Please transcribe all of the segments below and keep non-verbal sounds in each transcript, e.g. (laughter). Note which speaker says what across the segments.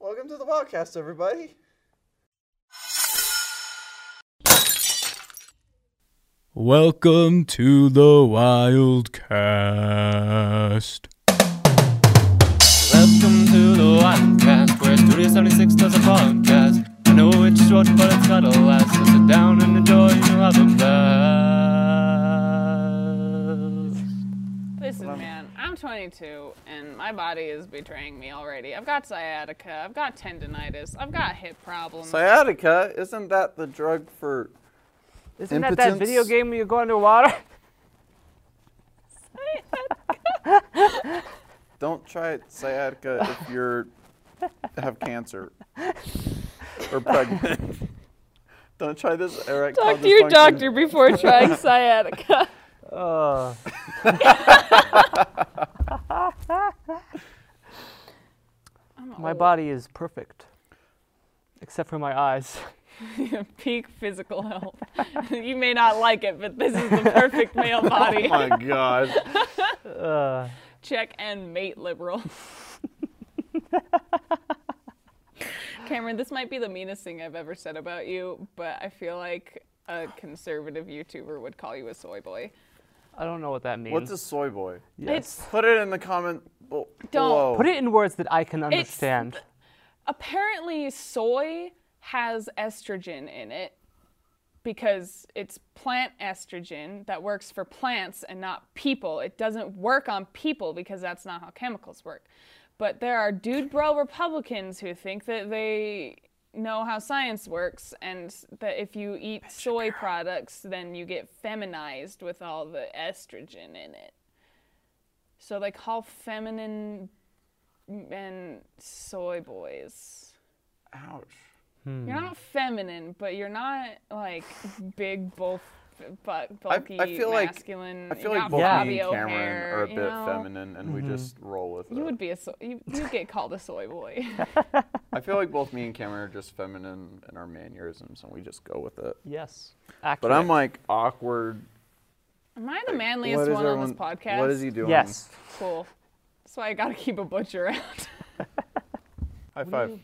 Speaker 1: Welcome to the podcast, everybody.
Speaker 2: Welcome to the Wildcast.
Speaker 3: Welcome to the Wildcast, where Studio 76 does a podcast. I know it's short, but it's got a last. So sit down and enjoy your other best.
Speaker 4: Listen, man, I'm 22 and my body is betraying me already. I've got sciatica, I've got tendonitis, I've got hip problems.
Speaker 1: Sciatica, isn't that the drug for?
Speaker 5: Isn't that that video
Speaker 1: Impotence.
Speaker 5: game where you go underwater?
Speaker 1: Don't try sciatica (laughs) if you're have cancer or pregnant. Don't try this erectile
Speaker 4: Talk to your
Speaker 1: dysfunction.
Speaker 4: doctor before
Speaker 1: (laughs)
Speaker 4: trying sciatica.
Speaker 5: (laughs) Uh,
Speaker 4: I'm
Speaker 5: (laughs) my
Speaker 4: old.
Speaker 5: body is perfect, except for my eyes.
Speaker 4: Peak physical health. (laughs) you may not like it, but this is the
Speaker 1: (laughs)
Speaker 4: perfect male
Speaker 1: Oh
Speaker 4: body.
Speaker 1: my god.
Speaker 5: Uh,
Speaker 4: (laughs) Check and
Speaker 1: (laughs)
Speaker 4: mate liberal. Cameron, this might be the meanest thing I've ever said about you, but I feel like a conservative YouTuber would call you a soy boy.
Speaker 5: I don't know what that means.
Speaker 1: What's a soy boy?
Speaker 5: Yes.
Speaker 4: It's
Speaker 1: Put it in the comment bel-
Speaker 4: Don't.
Speaker 1: below.
Speaker 5: Put it in words that I can understand.
Speaker 4: apparently soy has estrogen in it because it's plant estrogen that works for plants and not people. It doesn't work on people because that's not how chemicals work. But there are dude bro Republicans who think that they know how science works and that if you eat soy products then you get feminized with all the estrogen in it. So they call feminine and soy boys.
Speaker 1: Ouch.
Speaker 4: You're not feminine, but you're not like big, bulf, bu-
Speaker 1: I
Speaker 4: bulky,
Speaker 1: feel like-
Speaker 4: masculine.
Speaker 1: I feel
Speaker 4: You're
Speaker 1: like
Speaker 4: not
Speaker 1: both me
Speaker 4: Bobby
Speaker 1: and Cameron
Speaker 4: O'Hare,
Speaker 1: are a bit
Speaker 4: you know?
Speaker 1: feminine, and we just roll with it.
Speaker 4: You would be a so- you you get called a soy
Speaker 1: (laughs)
Speaker 4: boy.
Speaker 1: I feel like both me and Cameron are just feminine in our mannerisms, and we just go with it.
Speaker 5: Yes.
Speaker 1: But
Speaker 5: Accurate.
Speaker 1: I'm like awkward.
Speaker 4: Am I the manliest
Speaker 1: What is
Speaker 4: one on this
Speaker 1: everyone-
Speaker 4: podcast?
Speaker 1: What is he doing?
Speaker 5: Yes.
Speaker 4: Cool. That's why I gotta keep a butch around.
Speaker 1: High five.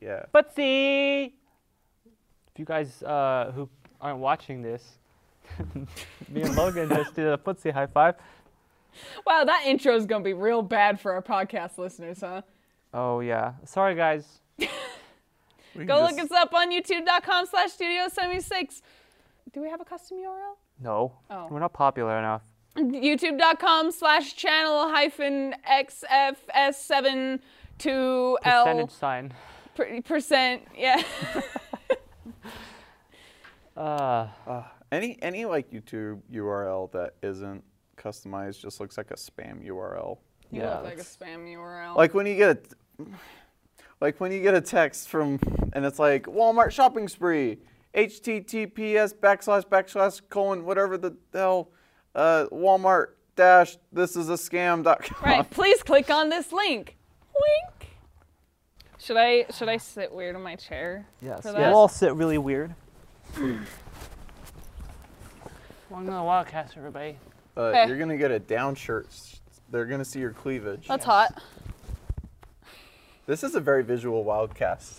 Speaker 1: Yeah.
Speaker 5: But see, if you guys uh, who aren't watching this, (laughs) me and Logan just did a footsie high five.
Speaker 4: (laughs) wow, that intro's gonna be real bad for our podcast listeners, huh?
Speaker 5: Oh yeah. Sorry guys.
Speaker 4: Go look us up on youtube.com slash studio 76. Do we have a custom URL?
Speaker 5: No.
Speaker 4: Oh.
Speaker 5: We're not popular enough.
Speaker 4: youtube.com slash channel hyphen
Speaker 5: Percentage
Speaker 4: xfs72l
Speaker 5: sign.
Speaker 4: per- percent yeah (laughs)
Speaker 5: Uh,
Speaker 1: Any any like YouTube URL that isn't customized just looks like a spam URL.
Speaker 4: you
Speaker 5: Yeah,
Speaker 4: look like a
Speaker 5: that's-
Speaker 4: spam url
Speaker 5: Oh,
Speaker 1: Like when you get a t- like when you get a text from and it's like Walmart shopping spree, HTTPS backslash backslash colon whatever the hell, uh, Walmart dash this is a scam dot com.
Speaker 4: right please click on this link wink should i should i sit weird in my chair
Speaker 5: yes.
Speaker 4: for
Speaker 5: We'll
Speaker 4: that?
Speaker 5: all sit really weird. Welcome to the Wildcast, everybody.
Speaker 1: (laughs) Uh,
Speaker 4: Okay.
Speaker 1: You're gonna get a down shirt. S- They're gonna see your cleavage.
Speaker 4: that's hot
Speaker 1: This is a very visual wildcast.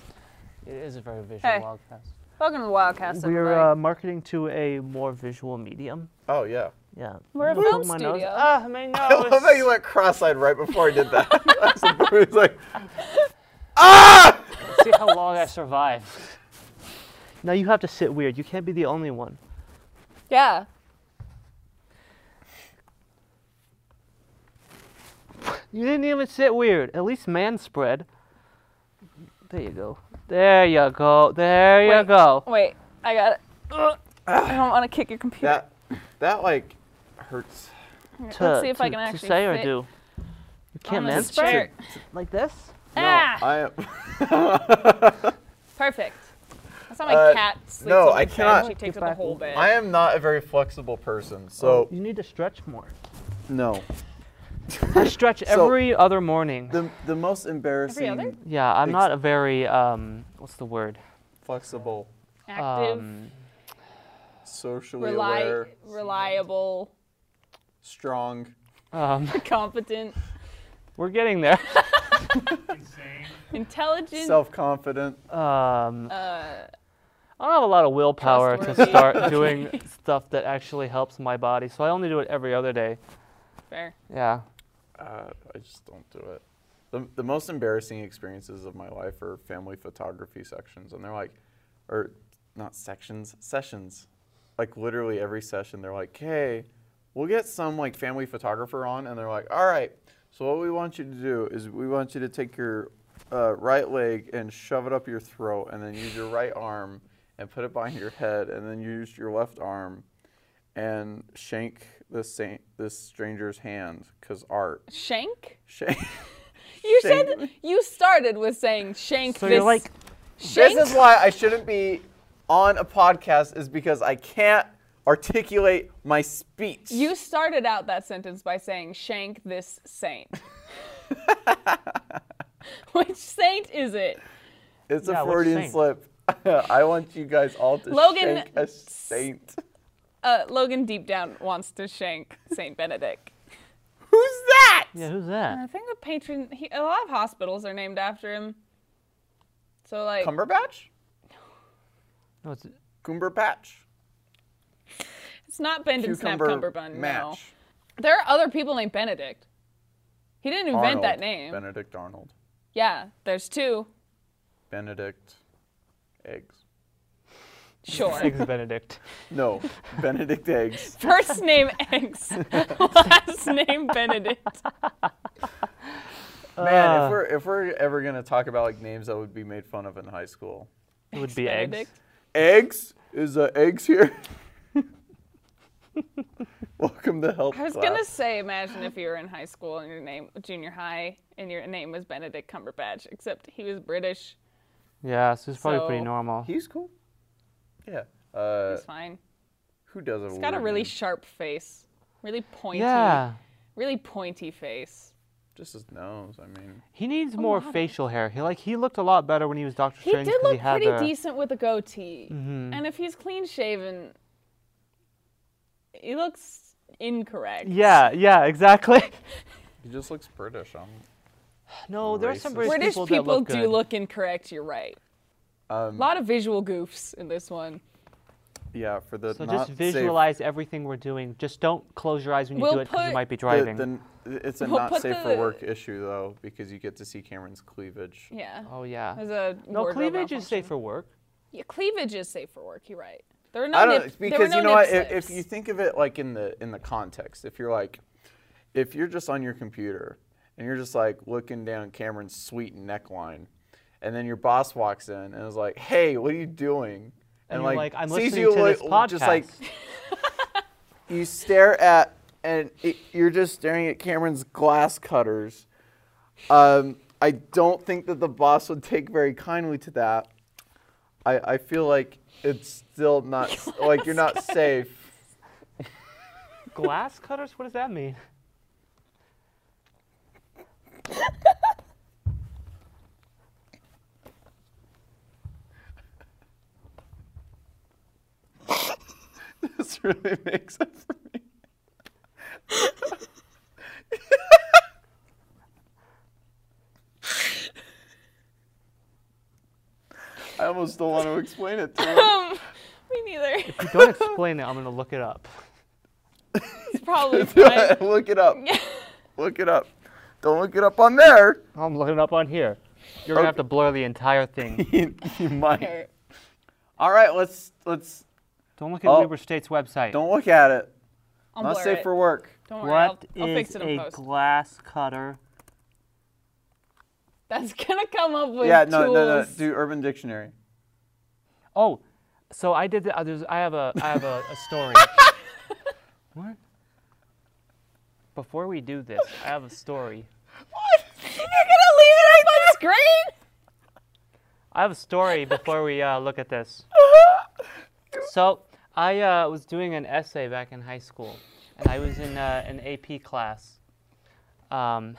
Speaker 5: It is a very visual
Speaker 4: Hey.
Speaker 5: Wildcast.
Speaker 4: welcome to the wildcast
Speaker 5: We're
Speaker 4: everybody.
Speaker 5: uh, marketing to a more visual medium.
Speaker 1: Oh yeah.
Speaker 5: Yeah.
Speaker 4: We're a
Speaker 5: Don't
Speaker 4: film
Speaker 5: poke my nose.
Speaker 4: studio.
Speaker 5: Ah, my
Speaker 1: (laughs) I love how you
Speaker 5: nose.
Speaker 1: went cross-eyed right before I did that. (laughs) I was- I was like,
Speaker 5: See how long I survived. Now you have to sit weird. You can't be the only one.
Speaker 4: yeah
Speaker 5: You didn't even sit weird. At least man spread. There you go. There you go. There you
Speaker 4: Wait.
Speaker 5: go.
Speaker 4: wait i got it
Speaker 5: Ah.
Speaker 4: Ugh. i don't want to kick your computer
Speaker 1: that, that like hurts.
Speaker 5: To,
Speaker 4: let's see if
Speaker 5: to,
Speaker 4: i can
Speaker 5: to
Speaker 4: actually
Speaker 5: say or
Speaker 4: fit
Speaker 5: do. You
Speaker 4: on
Speaker 5: can't man
Speaker 4: this
Speaker 5: spread
Speaker 4: chair.
Speaker 5: like this.
Speaker 1: No,
Speaker 4: ah
Speaker 1: I,
Speaker 4: Perfect. That's how my
Speaker 1: Uh,
Speaker 4: cat sleeps
Speaker 1: no,
Speaker 4: on
Speaker 1: I
Speaker 4: the bed.
Speaker 1: cannot-
Speaker 4: She takes
Speaker 5: Get
Speaker 4: up the
Speaker 5: back.
Speaker 4: whole bed.
Speaker 1: I am not a very flexible person, so
Speaker 5: Oh, you need to stretch more.
Speaker 1: Oh, (laughs) no.
Speaker 5: I stretch
Speaker 1: So-
Speaker 5: every other morning.
Speaker 1: The the most embarrassing
Speaker 4: other?
Speaker 5: Yeah, I'm
Speaker 1: Ex-
Speaker 5: not a very um. What's the word?
Speaker 1: flexible,
Speaker 4: Active,
Speaker 5: Um,
Speaker 1: socially
Speaker 4: reli-
Speaker 1: aware,
Speaker 4: reliable,
Speaker 1: strong.
Speaker 5: um. (laughs)
Speaker 4: competent.
Speaker 5: We're getting there.
Speaker 4: Intelligent.
Speaker 1: Self confident.
Speaker 5: Um,
Speaker 4: uh,
Speaker 5: I don't have a lot of willpower to
Speaker 4: Trustworthy. (laughs)
Speaker 5: start doing stuff that actually helps my body, so I only do it every other day.
Speaker 4: fair.
Speaker 5: Yeah.
Speaker 1: Uh, I just don't do it. The, the most embarrassing experiences of my life are family photography sections, and they're like, or not sections, sessions. Like literally every session, they're like, "Hey, we'll get some like family photographer on," and they're like, "All right, so what we want you to do is we want you to take your uh, right leg and shove it up your throat, and then use your right arm and put it behind your head, and then use your left arm." And shank this saint, this stranger's hand, cause art.
Speaker 4: Shank? (laughs)
Speaker 1: Shane.
Speaker 4: You
Speaker 1: Shank
Speaker 4: said you started with saying shank
Speaker 5: So
Speaker 4: this.
Speaker 5: you're like,
Speaker 4: shank?
Speaker 1: This is why I shouldn't be on a podcast is because I can't articulate my speech.
Speaker 4: you started out that sentence by saying shank this
Speaker 1: (laughs)
Speaker 4: saint. Which saint is it?
Speaker 1: it's
Speaker 5: Yeah,
Speaker 1: a
Speaker 5: what's
Speaker 1: Freudian
Speaker 5: saint?
Speaker 1: slip. (laughs) I want you guys all to
Speaker 4: Logan-
Speaker 1: shank a saint.
Speaker 4: Uh, Logan deep down wants to shank Saint Benedict.
Speaker 1: Who's that?
Speaker 5: yeah, who's that?
Speaker 4: I think the patron. He, a lot of hospitals are named after him. So like,
Speaker 1: Cumberbatch?
Speaker 5: No, it's,
Speaker 1: Cumberpatch.
Speaker 4: it's not Benedict Snap Cumberbund. No,
Speaker 1: match.
Speaker 4: there are other people named Benedict. He didn't invent
Speaker 1: Arnold.
Speaker 4: that name.
Speaker 1: Benedict Arnold.
Speaker 4: yeah, there's two.
Speaker 1: Benedict eggs. (laughs)
Speaker 4: Sure.
Speaker 5: Eggs Benedict.
Speaker 4: (laughs)
Speaker 1: No, Benedict
Speaker 5: (laughs)
Speaker 1: eggs.
Speaker 4: First name
Speaker 1: (laughs)
Speaker 4: Eggs, last name Benedict.
Speaker 1: Man,
Speaker 5: Uh.
Speaker 1: if we're if we're ever gonna talk about like names that would be made fun of in high school,
Speaker 5: It would be eggs.
Speaker 4: Benedict.
Speaker 1: eggs is uh, eggs (laughs) here welcome to help
Speaker 4: I was
Speaker 1: class.
Speaker 4: gonna say, imagine if you were in high school and your name, junior high, and your name was Benedict Cumberbatch, except he was British.
Speaker 5: Yeah, so it's probably pretty
Speaker 4: So-
Speaker 5: normal.
Speaker 1: he's cool yeah uh,
Speaker 4: It's fine.
Speaker 1: who does it
Speaker 4: He's got a really sharp face, really pointy,
Speaker 5: Yeah.
Speaker 4: really pointy face.
Speaker 1: just his nose i mean
Speaker 5: He needs more facial hair. He like he looked a lot better when he was Doctor
Speaker 4: Oh, He
Speaker 5: Strange.
Speaker 4: did
Speaker 5: 'cause
Speaker 4: look
Speaker 5: he had
Speaker 4: pretty
Speaker 5: a- Mm-hmm.
Speaker 4: decent with a goatee, and if he's clean shaven, he looks incorrect.
Speaker 5: Yeah, yeah, (laughs) exactly.
Speaker 1: he just looks british um,
Speaker 5: no, there are some
Speaker 1: Racist.
Speaker 5: British,
Speaker 4: British people,
Speaker 5: that look
Speaker 4: do
Speaker 5: good. Um,
Speaker 4: look incorrect. You're right. A lot of visual goofs in this one.
Speaker 1: yeah for the
Speaker 5: So
Speaker 1: not
Speaker 5: just visualize everything we're doing. Just don't close your eyes when you
Speaker 4: We'll
Speaker 5: do it because
Speaker 4: put
Speaker 5: you might be
Speaker 1: safe,
Speaker 5: driving.
Speaker 1: the, the, it's a
Speaker 4: We'll
Speaker 1: not
Speaker 4: put
Speaker 1: safe for
Speaker 4: the-
Speaker 1: work issue though because you get to see cameron's cleavage
Speaker 4: Yeah.
Speaker 5: oh yeah.
Speaker 4: There's a
Speaker 5: No,
Speaker 4: wardrobe
Speaker 5: cleavage is
Speaker 4: malfunction.
Speaker 5: safe for work.
Speaker 4: Yeah, cleavage is safe for work. You're right. There are no
Speaker 1: I don't
Speaker 4: nip- there were
Speaker 1: because
Speaker 4: no
Speaker 1: you know
Speaker 4: nip
Speaker 1: what if, if
Speaker 4: slips.
Speaker 1: you think of it like in the in the context if you're like if you're just on your computer and you're just like looking down Cameron's sweet neckline and then your boss walks in and is like hey what are you doing
Speaker 5: And you're like, "I'm listening to
Speaker 1: li-
Speaker 5: this podcast."
Speaker 1: just like you stare at and it, you're just staring at Cameron's glass cutters um, I don't think that the boss would take very kindly to that. I, I feel like it's still not s- like you're not safe.
Speaker 5: Glass cutters? What does that mean?
Speaker 1: (laughs) This really makes it for me. (laughs) I almost don't want to explain it to him.
Speaker 4: Um, (laughs) me neither.
Speaker 5: If you don't explain it, I'm gonna look it up.
Speaker 4: It's
Speaker 5: (laughs)
Speaker 4: probably fine.
Speaker 1: look it
Speaker 4: (laughs)
Speaker 1: up. Look it up. Don't look it up on there.
Speaker 5: I'm looking it up on here. You're gonna have to blur the entire thing.
Speaker 1: you, you might. All right, let's let's
Speaker 5: (laughs) Don't look at
Speaker 1: Oh.
Speaker 5: Weber State's website.
Speaker 1: don't look at it.
Speaker 4: I'll
Speaker 1: Not
Speaker 4: blur
Speaker 1: safe
Speaker 4: it.
Speaker 1: for work.
Speaker 4: Don't worry. I'll,
Speaker 5: What is
Speaker 4: I'll fix it in
Speaker 5: a
Speaker 4: post.
Speaker 5: glass cutter?
Speaker 4: That's gonna come up with
Speaker 1: yeah, no,
Speaker 4: tools.
Speaker 1: no, no. Do Urban Dictionary.
Speaker 5: Oh, so I did. The, uh, there's, I have a. I have a, a story. what? Before we do this, I have a story.
Speaker 4: (laughs) You're gonna leave it up on the screen?
Speaker 5: I have a story before we uh, look at this. So I uh, was doing an essay back in high school, and I was in uh, an AP class. Um,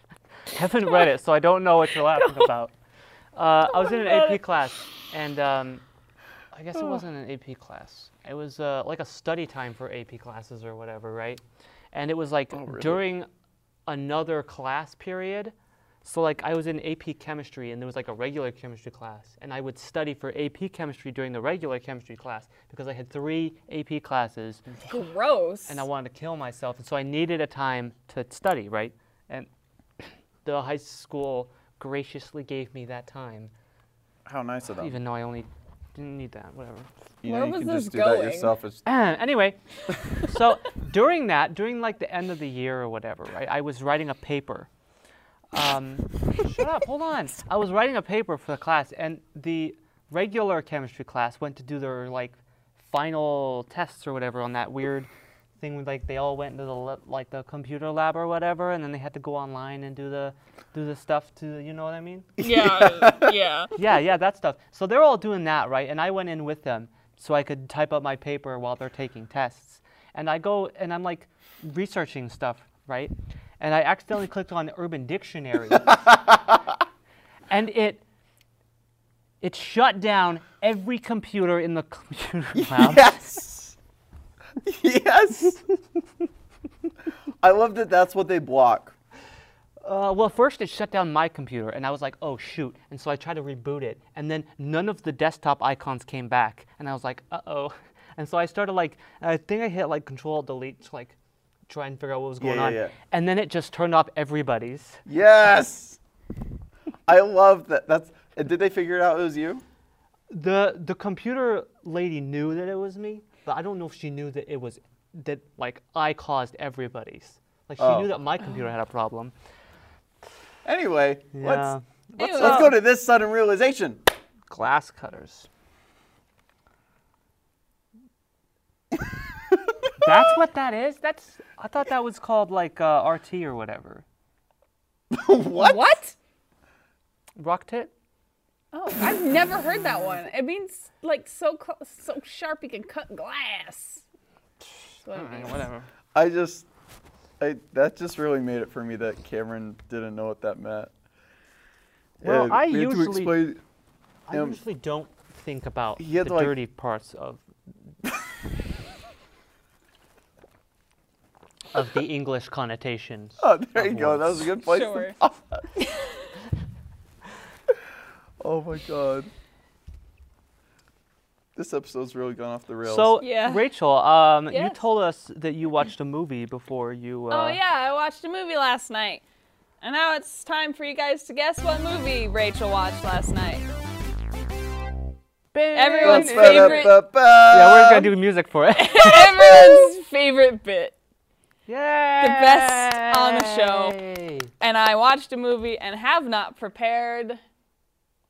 Speaker 5: (laughs) haven't read it, so I don't know what you're laughing about. Uh, I was in an AP class, and um, I guess it wasn't an AP class. It was uh, like a study time for AP classes or whatever, right? And it was like during another class period. So like I was in AP chemistry and there was like a regular chemistry class and I would study for AP chemistry during the regular chemistry class because I had 3 AP classes
Speaker 4: Gross.
Speaker 5: and I wanted to kill myself. And so I needed a time to study, right? And (coughs) the high school graciously gave me that time,
Speaker 1: How nice of them.
Speaker 5: even though I only didn't need that, whatever.
Speaker 1: you
Speaker 4: Where
Speaker 1: know, you
Speaker 4: was
Speaker 1: can
Speaker 4: this
Speaker 1: just do
Speaker 4: going?
Speaker 1: that yourself. (laughs)
Speaker 5: (laughs)
Speaker 1: It's,
Speaker 5: Eh, anyway, so during that, during like the end of the year or whatever, right, I was writing a paper. Um, shut up, hold on. I was writing a paper for the class, and the regular chemistry class went to do their like final tests or whatever on that weird thing with like they all went into the le- like the computer lab or whatever, and then they had to go online and do the do the stuff to you know what I mean?
Speaker 4: yeah, (laughs) yeah.
Speaker 5: yeah, yeah, that stuff. So they're all doing that, right? And I went in with them so I could type up my paper while they're taking tests. And I go and I'm like researching stuff, right? And I accidentally clicked on Urban Dictionary. and it it shut down every computer in the computer lab.
Speaker 1: yes. yes. I love that. That's what they block.
Speaker 5: Uh, well, first it shut down my computer, and I was like, oh, shoot. And so I tried to reboot it, and then none of the desktop icons came back. And I was like, uh oh. (laughs) And so I started like, I think I hit like control delete to like try and figure out what was
Speaker 1: Yeah,
Speaker 5: going
Speaker 1: yeah,
Speaker 5: on.
Speaker 1: yeah.
Speaker 5: And then it just turned off everybody's.
Speaker 1: Yes. I love that. That's. and Did they figure it out? It was you.
Speaker 5: The, the computer lady knew that it was me, but I don't know if she knew that it was, that like I caused everybody's. Like she
Speaker 1: Oh.
Speaker 5: knew that my computer had a problem.
Speaker 1: Anyway, let's
Speaker 4: Let's,
Speaker 1: let's go to this sudden realization.
Speaker 5: glass cutters. That's what that is. That's I thought that was called like uh, RT or whatever.
Speaker 1: what?
Speaker 4: What?
Speaker 5: Rock tit.
Speaker 4: Oh, I've never heard that one. It means like so cl- so sharp you can cut glass. That's what it means.
Speaker 5: whatever.
Speaker 1: I just, I that just really made it for me that Cameron didn't know what that meant.
Speaker 5: Well,
Speaker 1: And
Speaker 5: I
Speaker 1: we had to
Speaker 5: usually-
Speaker 1: explain-
Speaker 5: I
Speaker 1: Um,
Speaker 5: usually don't think about
Speaker 1: he had
Speaker 5: the
Speaker 1: to, like-
Speaker 5: dirty parts of
Speaker 1: (laughs)
Speaker 5: of the English connotations.
Speaker 1: Oh, there you go. That was a good place. to-
Speaker 4: Sure.
Speaker 1: oh my god. This episode's really gone off the rails.
Speaker 5: So,
Speaker 4: Yeah.
Speaker 5: Rachel, um, you
Speaker 4: Yes.
Speaker 5: told us that you watched a movie before you. Uh,
Speaker 4: Oh yeah, I watched a movie last night. And now it's time for you guys to guess what movie Rachel watched last (laughs) night. Everyone's favorite
Speaker 5: Yeah, we're
Speaker 1: we're
Speaker 5: gonna do music for it.
Speaker 4: everyone's favorite bit.
Speaker 5: Yeah.
Speaker 4: best on the show. And I watched a movie and have not prepared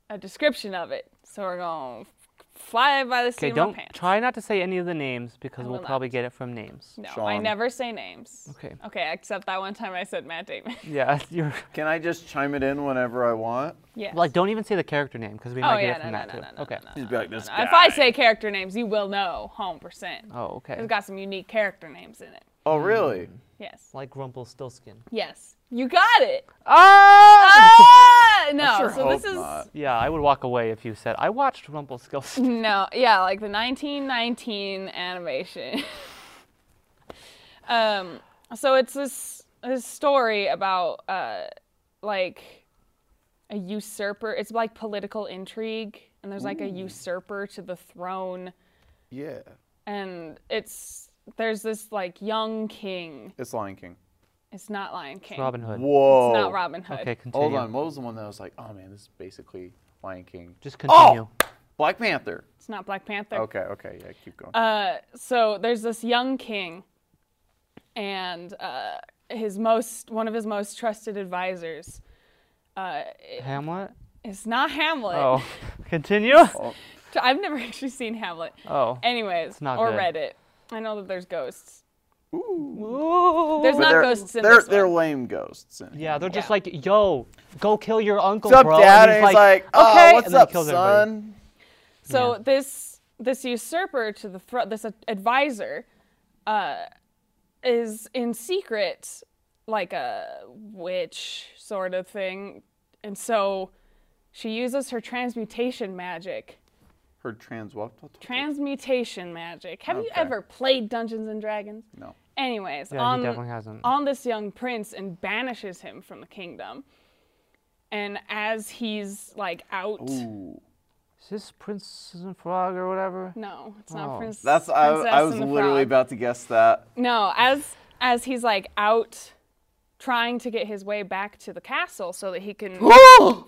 Speaker 4: a description of it. So we're going to fly by the seat
Speaker 5: Okay,
Speaker 4: of my
Speaker 5: don't
Speaker 4: pants.
Speaker 5: try not to say any of the names because
Speaker 4: I
Speaker 5: we'll
Speaker 4: will
Speaker 5: probably get it from names.
Speaker 4: No, I
Speaker 1: Sean.
Speaker 4: never say names.
Speaker 5: Okay.
Speaker 4: Okay, except that one time I said Matt Damon. (laughs)
Speaker 5: Yeah, (laughs) you're
Speaker 1: Can I just chime it in whenever I want?
Speaker 4: yes.
Speaker 5: like don't even say the character name because we
Speaker 4: Oh
Speaker 5: might
Speaker 4: yeah,
Speaker 5: get it
Speaker 4: no,
Speaker 5: from
Speaker 4: no,
Speaker 5: that
Speaker 4: no,
Speaker 5: too.
Speaker 4: no, no,
Speaker 5: okay.
Speaker 4: no, no,
Speaker 1: Just be like,
Speaker 4: no,
Speaker 1: "This
Speaker 4: no. If I
Speaker 1: guy."
Speaker 4: say character names, you will know, home percent.
Speaker 5: Oh, okay.
Speaker 4: It's got some unique character names in it.
Speaker 1: Oh,
Speaker 5: Hmm.
Speaker 1: really?
Speaker 4: Yes.
Speaker 5: Like Rumpelstiltskin.
Speaker 4: Yes. You got it.
Speaker 5: Ah!
Speaker 4: Ah! No.
Speaker 1: sure
Speaker 4: so this
Speaker 1: hope
Speaker 4: is
Speaker 1: not.
Speaker 5: (laughs) yeah, I would walk away if you said I
Speaker 4: (laughs)
Speaker 5: watched Rumpelstiltskin.
Speaker 4: no. Yeah, like the 1919 animation. um. So it's this this story about uh like a usurper. It's like political intrigue, and there's like a usurper to the throne,
Speaker 1: Yeah.
Speaker 4: and it's there's this like young king.
Speaker 1: It's Lion King.
Speaker 4: It's not Lion King.
Speaker 5: Robin Hood.
Speaker 1: Whoa.
Speaker 4: It's not Robin Hood.
Speaker 5: Okay, continue.
Speaker 1: Hold on. What was the one that was like, oh man, this is basically Lion King?
Speaker 5: Just continue.
Speaker 4: Oh!
Speaker 1: Black Panther.
Speaker 4: It's not Black Panther.
Speaker 1: Okay, okay, yeah, keep going.
Speaker 4: Uh, so there's this young king and uh, his most one of his most trusted advisors
Speaker 5: Hamlet.
Speaker 4: it's not hamlet
Speaker 5: Oh, continue.
Speaker 4: (laughs) i've never actually seen hamlet
Speaker 5: Oh.
Speaker 4: anyways
Speaker 5: not
Speaker 4: or
Speaker 5: good.
Speaker 4: read it i know that there's ghosts
Speaker 5: Ooh.
Speaker 4: there's
Speaker 1: But
Speaker 4: not
Speaker 1: they're,
Speaker 4: ghosts in
Speaker 1: they're,
Speaker 4: this
Speaker 1: they're
Speaker 4: one.
Speaker 1: lame ghosts. In
Speaker 5: Yeah, they're just
Speaker 4: Yeah.
Speaker 5: like, yo, go kill your uncle,
Speaker 1: What's up,
Speaker 5: bro. And
Speaker 1: Dad? And he's like, oh,
Speaker 5: okay.
Speaker 1: what's
Speaker 5: and then he
Speaker 1: up,
Speaker 5: kills everybody.
Speaker 1: son?
Speaker 4: so this this usurper to the throne this advisor uh, is in secret like a witch sort of thing and so she uses her transmutation magic
Speaker 1: Heard trans what?
Speaker 4: Transmutation magic. Have you
Speaker 1: Okay.
Speaker 4: ever played Dungeons and Dragons?
Speaker 1: No.
Speaker 4: Anyways,
Speaker 5: Yeah, he
Speaker 4: on, um,
Speaker 5: definitely hasn't.
Speaker 4: on this young prince and banishes him from the kingdom. and as he's like out,
Speaker 1: Ooh.
Speaker 5: Is this Princess and Frog or whatever?
Speaker 4: no, it's not
Speaker 5: Oh.
Speaker 4: Prince.
Speaker 1: That's I,
Speaker 4: Princess
Speaker 1: I was
Speaker 4: and the
Speaker 1: literally
Speaker 4: Frog.
Speaker 1: about to guess that.
Speaker 4: No, as as he's like out trying to get his way back to the castle so that he can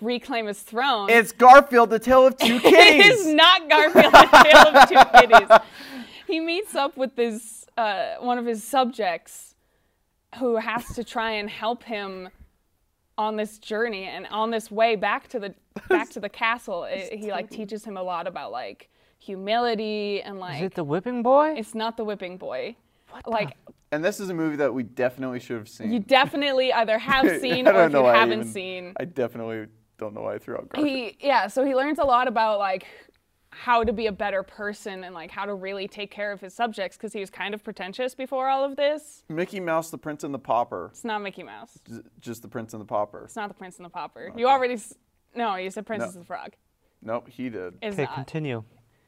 Speaker 4: reclaim his throne.
Speaker 1: It's Garfield, the tale of two
Speaker 4: (laughs) it
Speaker 1: kitties.
Speaker 4: is not Garfield the Tale of Two
Speaker 5: (laughs)
Speaker 4: Kitties. He meets up with this uh, one of his subjects who has to try and help him on this journey and on this way back to the back to the
Speaker 5: (laughs)
Speaker 4: castle. It, he like teaches him a lot about like humility and
Speaker 5: Is it
Speaker 4: like
Speaker 5: the Whipping Boy?
Speaker 4: it's not the whipping boy. like
Speaker 1: and this is a movie that we definitely should have seen. (laughs)
Speaker 4: you definitely either have seen
Speaker 1: I
Speaker 4: or
Speaker 1: don't
Speaker 4: if
Speaker 1: know
Speaker 4: you
Speaker 1: why I
Speaker 4: haven't
Speaker 1: even-
Speaker 4: seen.
Speaker 1: I definitely don't know why I threw out Garfield.
Speaker 4: he yeah so he learns a lot about like how to be a better person and like how to really take care of his subjects because he was kind of pretentious before all of this
Speaker 1: Mickey Mouse, the Prince and the Pauper.
Speaker 4: it's not mickey mouse it's
Speaker 1: J- Just the Prince and the Pauper.
Speaker 4: not the prince and the popper you already s- no you said princess
Speaker 1: No.
Speaker 4: and the frog
Speaker 1: Nope, he did.
Speaker 4: it's
Speaker 5: Okay,
Speaker 4: not
Speaker 5: continue.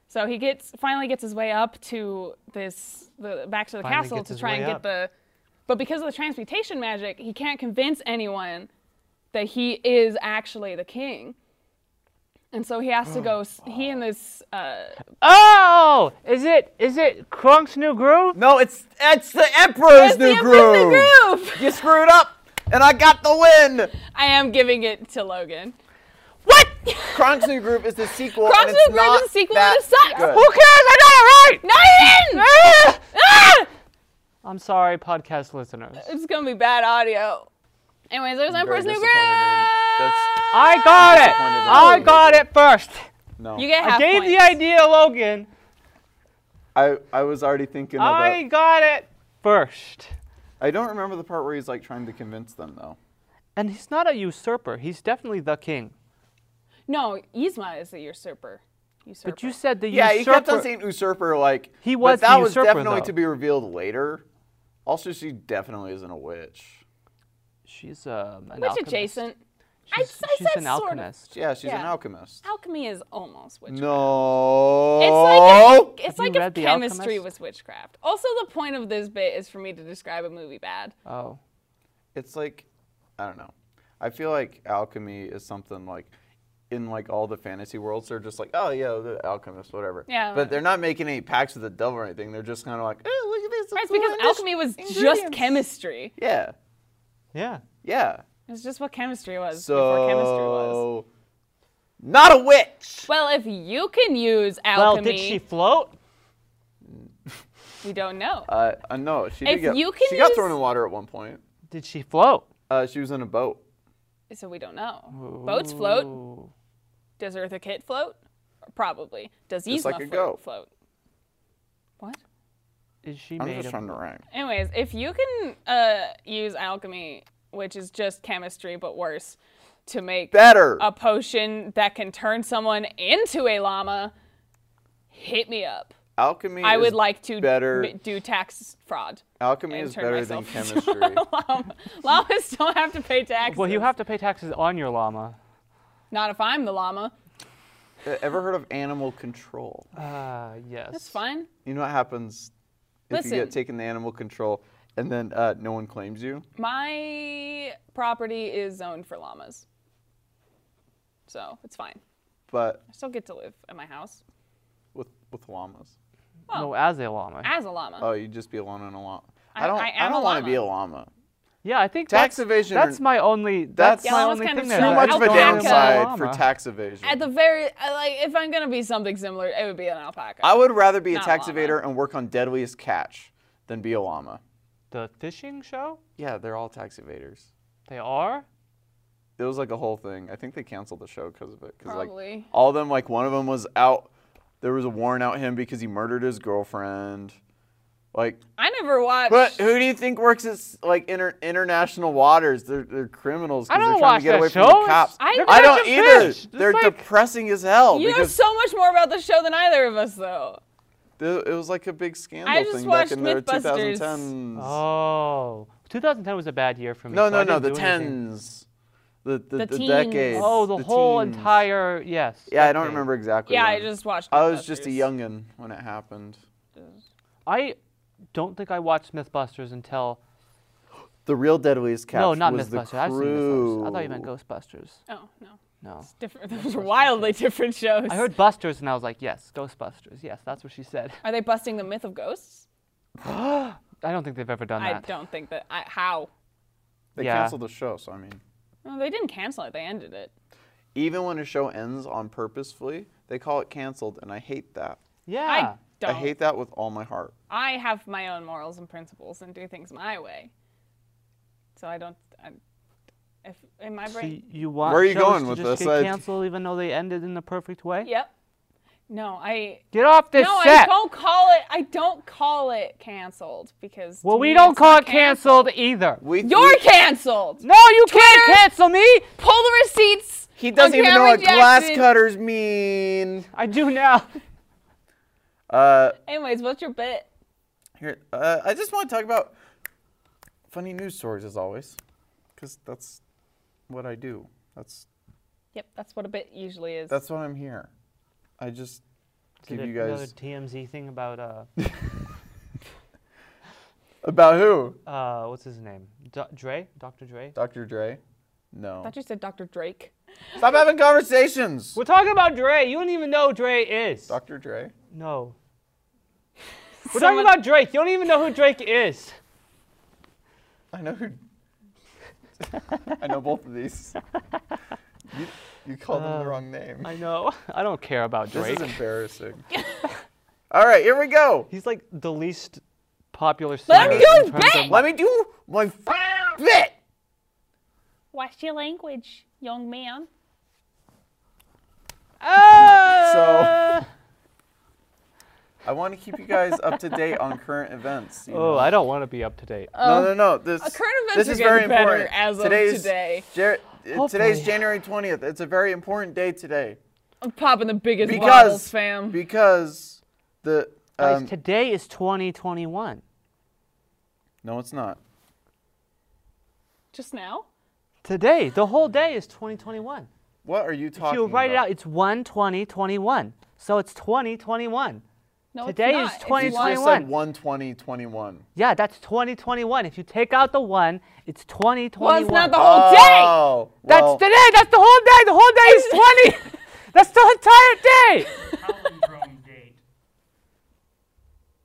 Speaker 4: so he gets finally gets his way up to this the back to the
Speaker 5: Finally
Speaker 4: castle
Speaker 5: gets
Speaker 4: to
Speaker 5: his
Speaker 4: try and
Speaker 5: way
Speaker 4: get
Speaker 5: up.
Speaker 4: the but because of the transmutation magic he can't convince anyone that he is actually the king and so he has to go s he and this uh,
Speaker 5: Oh, is it is it Krunk's New Groove?
Speaker 1: No, it's it's the Emperor's
Speaker 4: It's the
Speaker 1: New
Speaker 4: Emperor's
Speaker 1: Groove.
Speaker 4: New Groove.
Speaker 1: You screwed up, and I got the win.
Speaker 4: I am giving it to Logan.
Speaker 5: What?
Speaker 1: Kronk's New Groove is the sequel.
Speaker 4: Kronk's
Speaker 1: and it's
Speaker 4: New Groove is
Speaker 1: not
Speaker 4: the sequel
Speaker 1: that
Speaker 4: and it sucks.
Speaker 1: good.
Speaker 5: Who cares? I got it right.
Speaker 4: No, you
Speaker 5: (laughs)
Speaker 4: didn't! Ah!
Speaker 5: I'm sorry, podcast listeners.
Speaker 4: It's gonna be bad audio. Anyways, there's
Speaker 1: I'm very
Speaker 4: Emperor's New Groove.
Speaker 1: disappointed in- that's-
Speaker 5: I got it.
Speaker 1: Disappointed in
Speaker 5: I
Speaker 1: you.
Speaker 5: got it first.
Speaker 1: no.
Speaker 4: You get
Speaker 5: I
Speaker 4: half
Speaker 5: gave the
Speaker 4: points.
Speaker 5: idea, Logan.
Speaker 1: I I was already thinking of.
Speaker 5: I
Speaker 1: I
Speaker 5: got it first.
Speaker 1: I don't remember the part where he's like trying to convince them though.
Speaker 5: And he's not a usurper. He's definitely the king.
Speaker 4: No, Yzma is the usurper. usurper.
Speaker 5: But you said the
Speaker 1: Yeah,
Speaker 5: usurper.
Speaker 1: he kept on saying usurper like
Speaker 5: He
Speaker 1: but
Speaker 5: was the
Speaker 1: that was
Speaker 5: usurper,
Speaker 1: definitely
Speaker 5: though.
Speaker 1: to be revealed later. Also, she definitely isn't a witch.
Speaker 5: she's um, an
Speaker 4: Which
Speaker 5: alchemist.
Speaker 4: adjacent. I,
Speaker 5: She's,
Speaker 4: I
Speaker 5: she's
Speaker 4: said
Speaker 5: an
Speaker 4: sort of.
Speaker 5: alchemist.
Speaker 1: Yeah, she's an
Speaker 4: Yeah.
Speaker 1: alchemist.
Speaker 4: Alchemy is almost witchcraft.
Speaker 1: No.
Speaker 4: It's like if, it's
Speaker 5: you
Speaker 4: like
Speaker 5: read
Speaker 4: if
Speaker 5: The
Speaker 4: chemistry
Speaker 5: Alchemist?
Speaker 4: was witchcraft. Also, the point of this bit is for me to describe a movie bad.
Speaker 5: Oh.
Speaker 1: it's like I don't know. I feel like alchemy is something like in like all the fantasy worlds, they're just like, oh yeah, the alchemist, whatever.
Speaker 4: Yeah,
Speaker 1: But
Speaker 4: whatever.
Speaker 1: they're not making any pacts with the devil or anything. They're just kind of like, oh look at this.
Speaker 4: Right?
Speaker 1: it's
Speaker 4: It's because
Speaker 1: one dish-
Speaker 4: alchemy was just
Speaker 1: ingredients."
Speaker 4: chemistry.
Speaker 1: Yeah,
Speaker 5: Yeah.
Speaker 1: yeah.
Speaker 4: It's just what chemistry was before
Speaker 1: So
Speaker 4: chemistry was.
Speaker 1: not a witch.
Speaker 4: Well, if you can use
Speaker 5: Well,
Speaker 4: alchemy,
Speaker 5: did she float?
Speaker 4: we don't know.
Speaker 1: Uh, uh, no, she did
Speaker 4: If
Speaker 1: get.
Speaker 4: you can
Speaker 1: she got
Speaker 4: use-
Speaker 1: thrown in water at one point.
Speaker 5: Did she float?
Speaker 1: Uh, she was in a boat.
Speaker 4: So we don't know. Boats
Speaker 1: Oh.
Speaker 4: float.
Speaker 5: Ooh.
Speaker 4: Does Eartha Kitt float? Probably. Does Yzma
Speaker 1: Just like a
Speaker 4: float,
Speaker 1: goat.
Speaker 4: float? What?
Speaker 5: Is she
Speaker 1: I'm
Speaker 5: made
Speaker 1: just
Speaker 5: of
Speaker 1: trying to rank.
Speaker 4: Anyways, if you can uh, use alchemy, which is just chemistry but worse, to make
Speaker 1: Better.
Speaker 4: a potion that can turn someone into a llama, hit me up.
Speaker 1: alchemy.
Speaker 4: I
Speaker 1: is
Speaker 4: would like to
Speaker 1: better.
Speaker 4: m- do tax fraud.
Speaker 1: Alchemy
Speaker 4: and
Speaker 1: is
Speaker 4: turn
Speaker 1: better than
Speaker 4: myself (laughs)
Speaker 1: chemistry.
Speaker 4: Llama- Llamas don't have to pay taxes.
Speaker 5: Well, you have to pay taxes on your llama.
Speaker 4: Not if I'm the llama.
Speaker 1: Uh, Ever heard of animal control?
Speaker 5: Uh, yes.
Speaker 4: That's fine.
Speaker 1: You know what happens if you
Speaker 4: Listen.
Speaker 1: get taken to animal control and then uh, no one claims you?
Speaker 4: My property is zoned for llamas. So it's fine.
Speaker 1: But
Speaker 4: I still get to live at my house
Speaker 1: with with llamas.
Speaker 5: No, as a llama.
Speaker 4: as Oh. a llama.
Speaker 1: Oh, you'd just be alone in a llama. I,
Speaker 4: I-
Speaker 1: don't.
Speaker 4: I
Speaker 1: I,
Speaker 4: am a
Speaker 1: don't want to be a
Speaker 4: llama.
Speaker 1: llama.
Speaker 5: yeah, I think
Speaker 1: Tax
Speaker 5: that's,
Speaker 1: evasion
Speaker 5: That's
Speaker 1: or-
Speaker 5: my only. That's
Speaker 1: Yeah,
Speaker 5: my
Speaker 4: llama's
Speaker 5: only
Speaker 4: kind of
Speaker 5: thing
Speaker 4: too
Speaker 5: there.
Speaker 4: Yeah,
Speaker 1: Too
Speaker 5: that
Speaker 1: much
Speaker 5: I
Speaker 1: of a
Speaker 5: don't
Speaker 4: alpaca.
Speaker 5: want
Speaker 1: downside for
Speaker 5: llama.
Speaker 1: tax evasion.
Speaker 4: At the very I- like, if I'm gonna be something similar, it would be an alpaca.
Speaker 1: I would rather be a
Speaker 4: Not
Speaker 1: tax
Speaker 4: llama.
Speaker 1: evader and work on Deadliest Catch than be a llama.
Speaker 5: The fishing show?
Speaker 1: Yeah, they're all tax evaders.
Speaker 5: They are.
Speaker 1: It was like a whole thing. I think they canceled the show because of it. Cause Like,
Speaker 4: Probably.
Speaker 1: all of them, like one of them was out. There was a warrant out him because he murdered his girlfriend. Like
Speaker 4: I never watched.
Speaker 1: But who do you think works at s- like inter- international waters? They're, they're criminals
Speaker 5: I
Speaker 1: because
Speaker 5: don't
Speaker 1: they're trying
Speaker 5: watch
Speaker 1: to get
Speaker 5: that
Speaker 1: away
Speaker 5: show.
Speaker 1: from the
Speaker 5: It's-
Speaker 1: cops.
Speaker 4: I- They're
Speaker 1: I don't
Speaker 5: catching
Speaker 1: either.
Speaker 5: fish. It's
Speaker 1: They're
Speaker 5: like-
Speaker 1: depressing as hell
Speaker 4: you know
Speaker 1: because
Speaker 4: so much more about the show than either of us, though.
Speaker 1: th- it was like a big scandal
Speaker 4: I just
Speaker 1: thing back
Speaker 4: watched
Speaker 1: in the
Speaker 4: Mythbusters.
Speaker 1: 2010s.
Speaker 5: Oh, 2010 was a bad year for me.
Speaker 1: no,
Speaker 5: so I
Speaker 1: no, no, the
Speaker 5: didn't do anything.
Speaker 1: tens, the the,
Speaker 4: The
Speaker 1: the
Speaker 4: teens.
Speaker 1: decades.
Speaker 5: Oh, the, whole
Speaker 1: teens.
Speaker 5: entire yes.
Speaker 1: Yeah, I don't
Speaker 5: decade.
Speaker 1: remember exactly.
Speaker 4: Yeah, I
Speaker 1: when.
Speaker 4: just watched.
Speaker 1: I was just a
Speaker 4: Mythbusters.
Speaker 1: youngin when it happened.
Speaker 5: I don't think I watched MythBusters until
Speaker 1: The real Deadliest Catch
Speaker 5: no, not
Speaker 1: was the
Speaker 5: Mythbusters. I've seen
Speaker 1: crew.
Speaker 5: Mythbusters. I thought you meant Ghostbusters.
Speaker 4: Oh no,
Speaker 5: No.
Speaker 4: different. (laughs) Those are wildly different shows.
Speaker 5: I heard Busters and I was like, yes, Ghostbusters. Yes, that's what she said. (laughs)
Speaker 4: Are they busting the myth of ghosts?
Speaker 5: I don't think they've ever done
Speaker 4: I
Speaker 5: that.
Speaker 4: don't think that. I, how?
Speaker 1: They
Speaker 5: Yeah.
Speaker 1: canceled the show, so I mean,
Speaker 4: Well, they didn't cancel it. They ended it.
Speaker 1: even when a show ends on purposefully, they call it canceled, and I hate that.
Speaker 5: Yeah.
Speaker 4: I don't.
Speaker 1: I hate that with all my heart.
Speaker 4: I have my own morals and principles and do things my way. So I don't. I, if in my
Speaker 5: So
Speaker 4: brain.
Speaker 5: y- you want
Speaker 1: Where are you
Speaker 5: shows
Speaker 1: going
Speaker 5: to
Speaker 1: with
Speaker 5: just
Speaker 1: this?
Speaker 5: get
Speaker 1: I-
Speaker 5: canceled even though they ended in the perfect way?
Speaker 4: Yep. No, I.
Speaker 5: Get off this
Speaker 4: no, I
Speaker 5: set.
Speaker 4: don't call it. I don't call it canceled because. to
Speaker 5: well, we
Speaker 4: me,
Speaker 5: don't
Speaker 4: it's
Speaker 5: call
Speaker 4: not
Speaker 5: it canceled either.
Speaker 1: We,
Speaker 4: You're
Speaker 1: we-
Speaker 4: canceled.
Speaker 5: no, you can't cancel me.
Speaker 4: Pull the receipts.
Speaker 1: he doesn't
Speaker 4: on
Speaker 1: even know
Speaker 4: Cameron
Speaker 1: what glass
Speaker 4: Jackson.
Speaker 1: cutters mean.
Speaker 5: I do now.
Speaker 1: Uh,
Speaker 4: Anyways, what's your bit?
Speaker 1: here, uh, I just want to talk about funny news stories as always, because that's what I do. That's
Speaker 4: Yep, that's what a bit usually is.
Speaker 1: that's what I'm here. I just give
Speaker 5: Did
Speaker 1: you
Speaker 5: another
Speaker 1: guys
Speaker 5: TMZ thing about uh,
Speaker 1: about who?
Speaker 5: uh what's his name? D- Dre? Dr. Dre?
Speaker 1: Dr. Dre?
Speaker 4: I
Speaker 1: No.
Speaker 4: thought you said Dr. Drake.
Speaker 1: Stop having conversations.
Speaker 5: We're talking about Dre. You don't even know who Dre is.
Speaker 1: Dr. Dre?
Speaker 5: (laughs) no. We're talking about Drake. You don't even know who Drake is.
Speaker 1: I know who. I know both of these. You, you called them
Speaker 4: Uh,
Speaker 1: the wrong name.
Speaker 5: I know. (laughs) I don't care about
Speaker 1: This
Speaker 5: Drake.
Speaker 1: is
Speaker 4: (laughs)
Speaker 1: embarrassing. All right, here we go.
Speaker 5: He's like the least popular
Speaker 4: Let him
Speaker 5: singer. in
Speaker 4: do his
Speaker 5: terms of-
Speaker 4: bit.
Speaker 1: Let me do my f- bit.
Speaker 4: Watch your language, young man.
Speaker 5: Oh!
Speaker 4: Uh.
Speaker 1: So I want to keep you guys up to date on current events. you
Speaker 5: Oh,
Speaker 1: know.
Speaker 5: I don't want to be up to date.
Speaker 1: No, no, no. This
Speaker 4: Oh, current events
Speaker 1: this
Speaker 4: are
Speaker 1: is very
Speaker 4: getting better
Speaker 1: important.
Speaker 4: as of
Speaker 1: Today's
Speaker 4: today.
Speaker 1: Jar- uh, today's
Speaker 5: Hopefully.
Speaker 1: January twentieth. It's a very important day today
Speaker 4: I'm popping the biggest bottles,
Speaker 1: because
Speaker 4: fam.
Speaker 1: because the
Speaker 5: Guys,
Speaker 1: um,
Speaker 5: today is 2021.
Speaker 1: no, it's not.
Speaker 4: Just now?
Speaker 5: Today, the whole day is 2021.
Speaker 1: What are you
Speaker 5: If
Speaker 1: talking
Speaker 5: you write it
Speaker 1: about?
Speaker 5: out, it's 1 20 21. So it's 2021.
Speaker 4: No,
Speaker 5: Today
Speaker 4: it's
Speaker 5: is
Speaker 4: not. It's
Speaker 5: 2021.
Speaker 1: You just said 120, 21.
Speaker 5: Yeah, that's 2021. If you take out the 1, it's 2021.
Speaker 4: Well, it's not the whole day.
Speaker 1: Oh,
Speaker 5: That's
Speaker 1: well,
Speaker 5: the day. That's the whole day. The whole day is (laughs) 20. that's the entire day.
Speaker 6: palindrome date.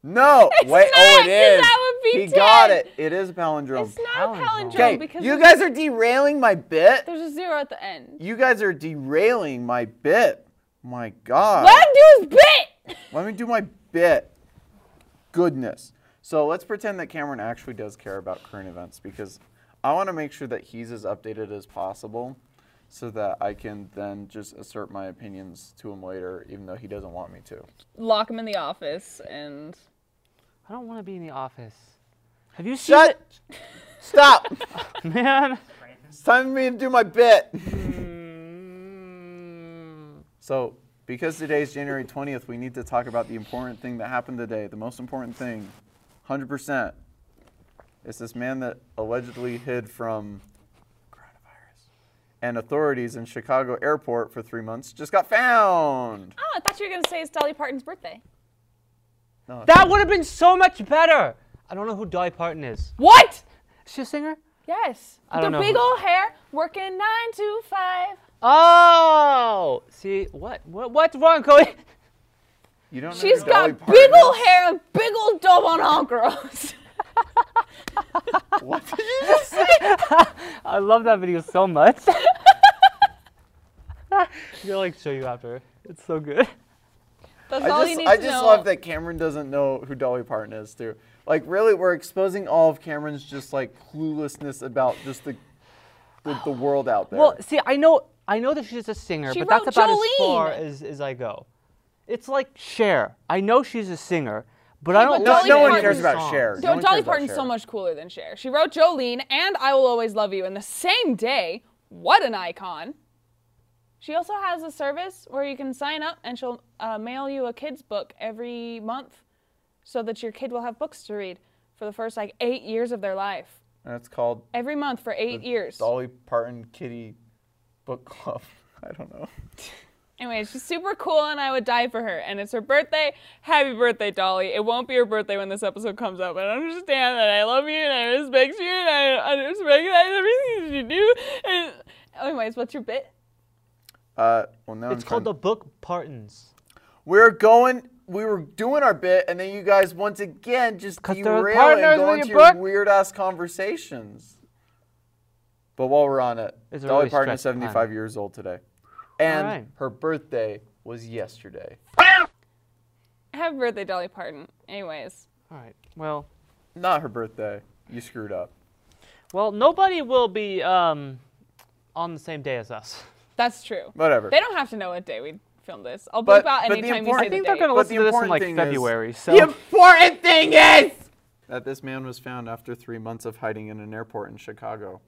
Speaker 1: no. wait, oh,
Speaker 4: not, 'cause
Speaker 1: it is.
Speaker 4: that would be
Speaker 1: he got
Speaker 4: 10.
Speaker 1: it. It is a palindrome.
Speaker 4: It's not a
Speaker 5: Palindrome.
Speaker 4: palindrome
Speaker 1: okay,
Speaker 4: because
Speaker 1: you
Speaker 4: there's-
Speaker 1: guys are derailing my bit.
Speaker 4: there's a zero at the end.
Speaker 1: You guys are derailing my bit. My God.
Speaker 4: Let him do his bit.
Speaker 1: Let me do my bit. Goodness. So let's pretend that Cameron actually does care about current events because I want to make sure that he's as updated as possible so that I can then just assert my opinions to him later, even though he doesn't want me to.
Speaker 4: Lock him in the office and
Speaker 5: I don't want to be in the office. Have you seen
Speaker 1: Shut. Stop.
Speaker 5: it? (laughs) Man.
Speaker 1: It's time for me to do my bit.
Speaker 4: Mm.
Speaker 1: So, because today's January 20th, we need to talk about the important thing that happened today. The most important thing, 100%, is this man that allegedly hid from coronavirus and authorities in Chicago airport for three months just got found.
Speaker 4: Oh, I thought you were gonna say it's Dolly Parton's birthday.
Speaker 5: That would have been so much better. I don't know who Dolly Parton is.
Speaker 4: What?
Speaker 5: Is she a singer?
Speaker 4: Yes.
Speaker 5: I
Speaker 4: the
Speaker 5: don't know
Speaker 4: big
Speaker 5: who-
Speaker 4: old hair, working nine to five.
Speaker 5: Oh, see what? What? What's wrong, Cody?
Speaker 1: You don't know
Speaker 4: She's
Speaker 1: who Dolly
Speaker 4: got big
Speaker 1: Parton
Speaker 4: old
Speaker 1: is?
Speaker 4: hair and big old dome on honkers.
Speaker 1: What did you just say?
Speaker 5: I love that video so (laughs) much. You'll like show you after. It's so good.
Speaker 4: (laughs) That's
Speaker 1: I
Speaker 4: all you
Speaker 1: just,
Speaker 4: need
Speaker 1: I
Speaker 4: to
Speaker 1: just
Speaker 4: know.
Speaker 1: love that Cameron doesn't know who Dolly Parton is, too. Like, really, we're exposing all of Cameron's just like cluelessness about just the the, the world out there.
Speaker 5: Well, see, I know, I know that she's a singer,
Speaker 4: She
Speaker 5: but that's
Speaker 4: wrote
Speaker 5: about as
Speaker 4: Jolene.
Speaker 5: far as, as I go. It's like Cher. I know she's a singer, but I
Speaker 4: but
Speaker 5: don't.
Speaker 1: no,
Speaker 4: Dolly
Speaker 5: listen
Speaker 1: no
Speaker 5: to
Speaker 1: one
Speaker 5: her
Speaker 4: Parton
Speaker 1: cares about
Speaker 5: songs.
Speaker 1: Cher.
Speaker 4: Do-
Speaker 1: No one
Speaker 4: Dolly
Speaker 1: cares about
Speaker 4: Parton's so
Speaker 1: Cher.
Speaker 4: much cooler than Cher. She wrote Jolene and I Will Always Love You in the same day. What an icon. She also has a service where you can sign up and she'll uh, mail you a kid's book every month so that your kid will have books to read for the first like eight years of their life.
Speaker 1: And it's called
Speaker 4: Every month for eight
Speaker 1: (laughs)
Speaker 4: years.
Speaker 1: Dolly Parton Kitty Book Club. I don't know.
Speaker 4: Anyway, she's super cool and I would die for her. And it's her birthday. Happy birthday, Dolly. It won't be her birthday when this episode comes out, but I understand that I love you and I respect you and I I recognize everything that you do. And anyways, what's your bit?
Speaker 1: Uh, well, now
Speaker 5: It's
Speaker 1: I'm
Speaker 5: called
Speaker 1: trying-
Speaker 5: the book Partons.
Speaker 1: We're going. We were doing our bit, and then you guys once again just
Speaker 5: 'Cause they're
Speaker 1: derail and
Speaker 5: partners
Speaker 1: go
Speaker 5: with
Speaker 1: into
Speaker 5: your
Speaker 1: your
Speaker 5: book.
Speaker 1: weird ass conversations. But while we're on it,
Speaker 5: It's a
Speaker 1: Dolly
Speaker 5: really
Speaker 1: Parton is
Speaker 5: stretched
Speaker 1: 75
Speaker 5: timeline.
Speaker 1: years old today, and
Speaker 5: right.
Speaker 1: her birthday was yesterday.
Speaker 4: Happy birthday, Dolly Parton. Anyways,
Speaker 5: All right. Well,
Speaker 1: Not her birthday. You screwed up.
Speaker 5: well, nobody will be um, on the same day as us.
Speaker 4: that's true.
Speaker 1: Whatever.
Speaker 4: They don't have to know what day we filmed this. I'll bleep
Speaker 1: But-
Speaker 4: out
Speaker 1: but the
Speaker 4: anytime you
Speaker 1: important-
Speaker 4: say
Speaker 1: I
Speaker 4: the
Speaker 1: think
Speaker 4: date.
Speaker 1: gonna- But the important thing is-
Speaker 5: so
Speaker 1: The important thing is that this man was found after three months of hiding in an airport in Chicago.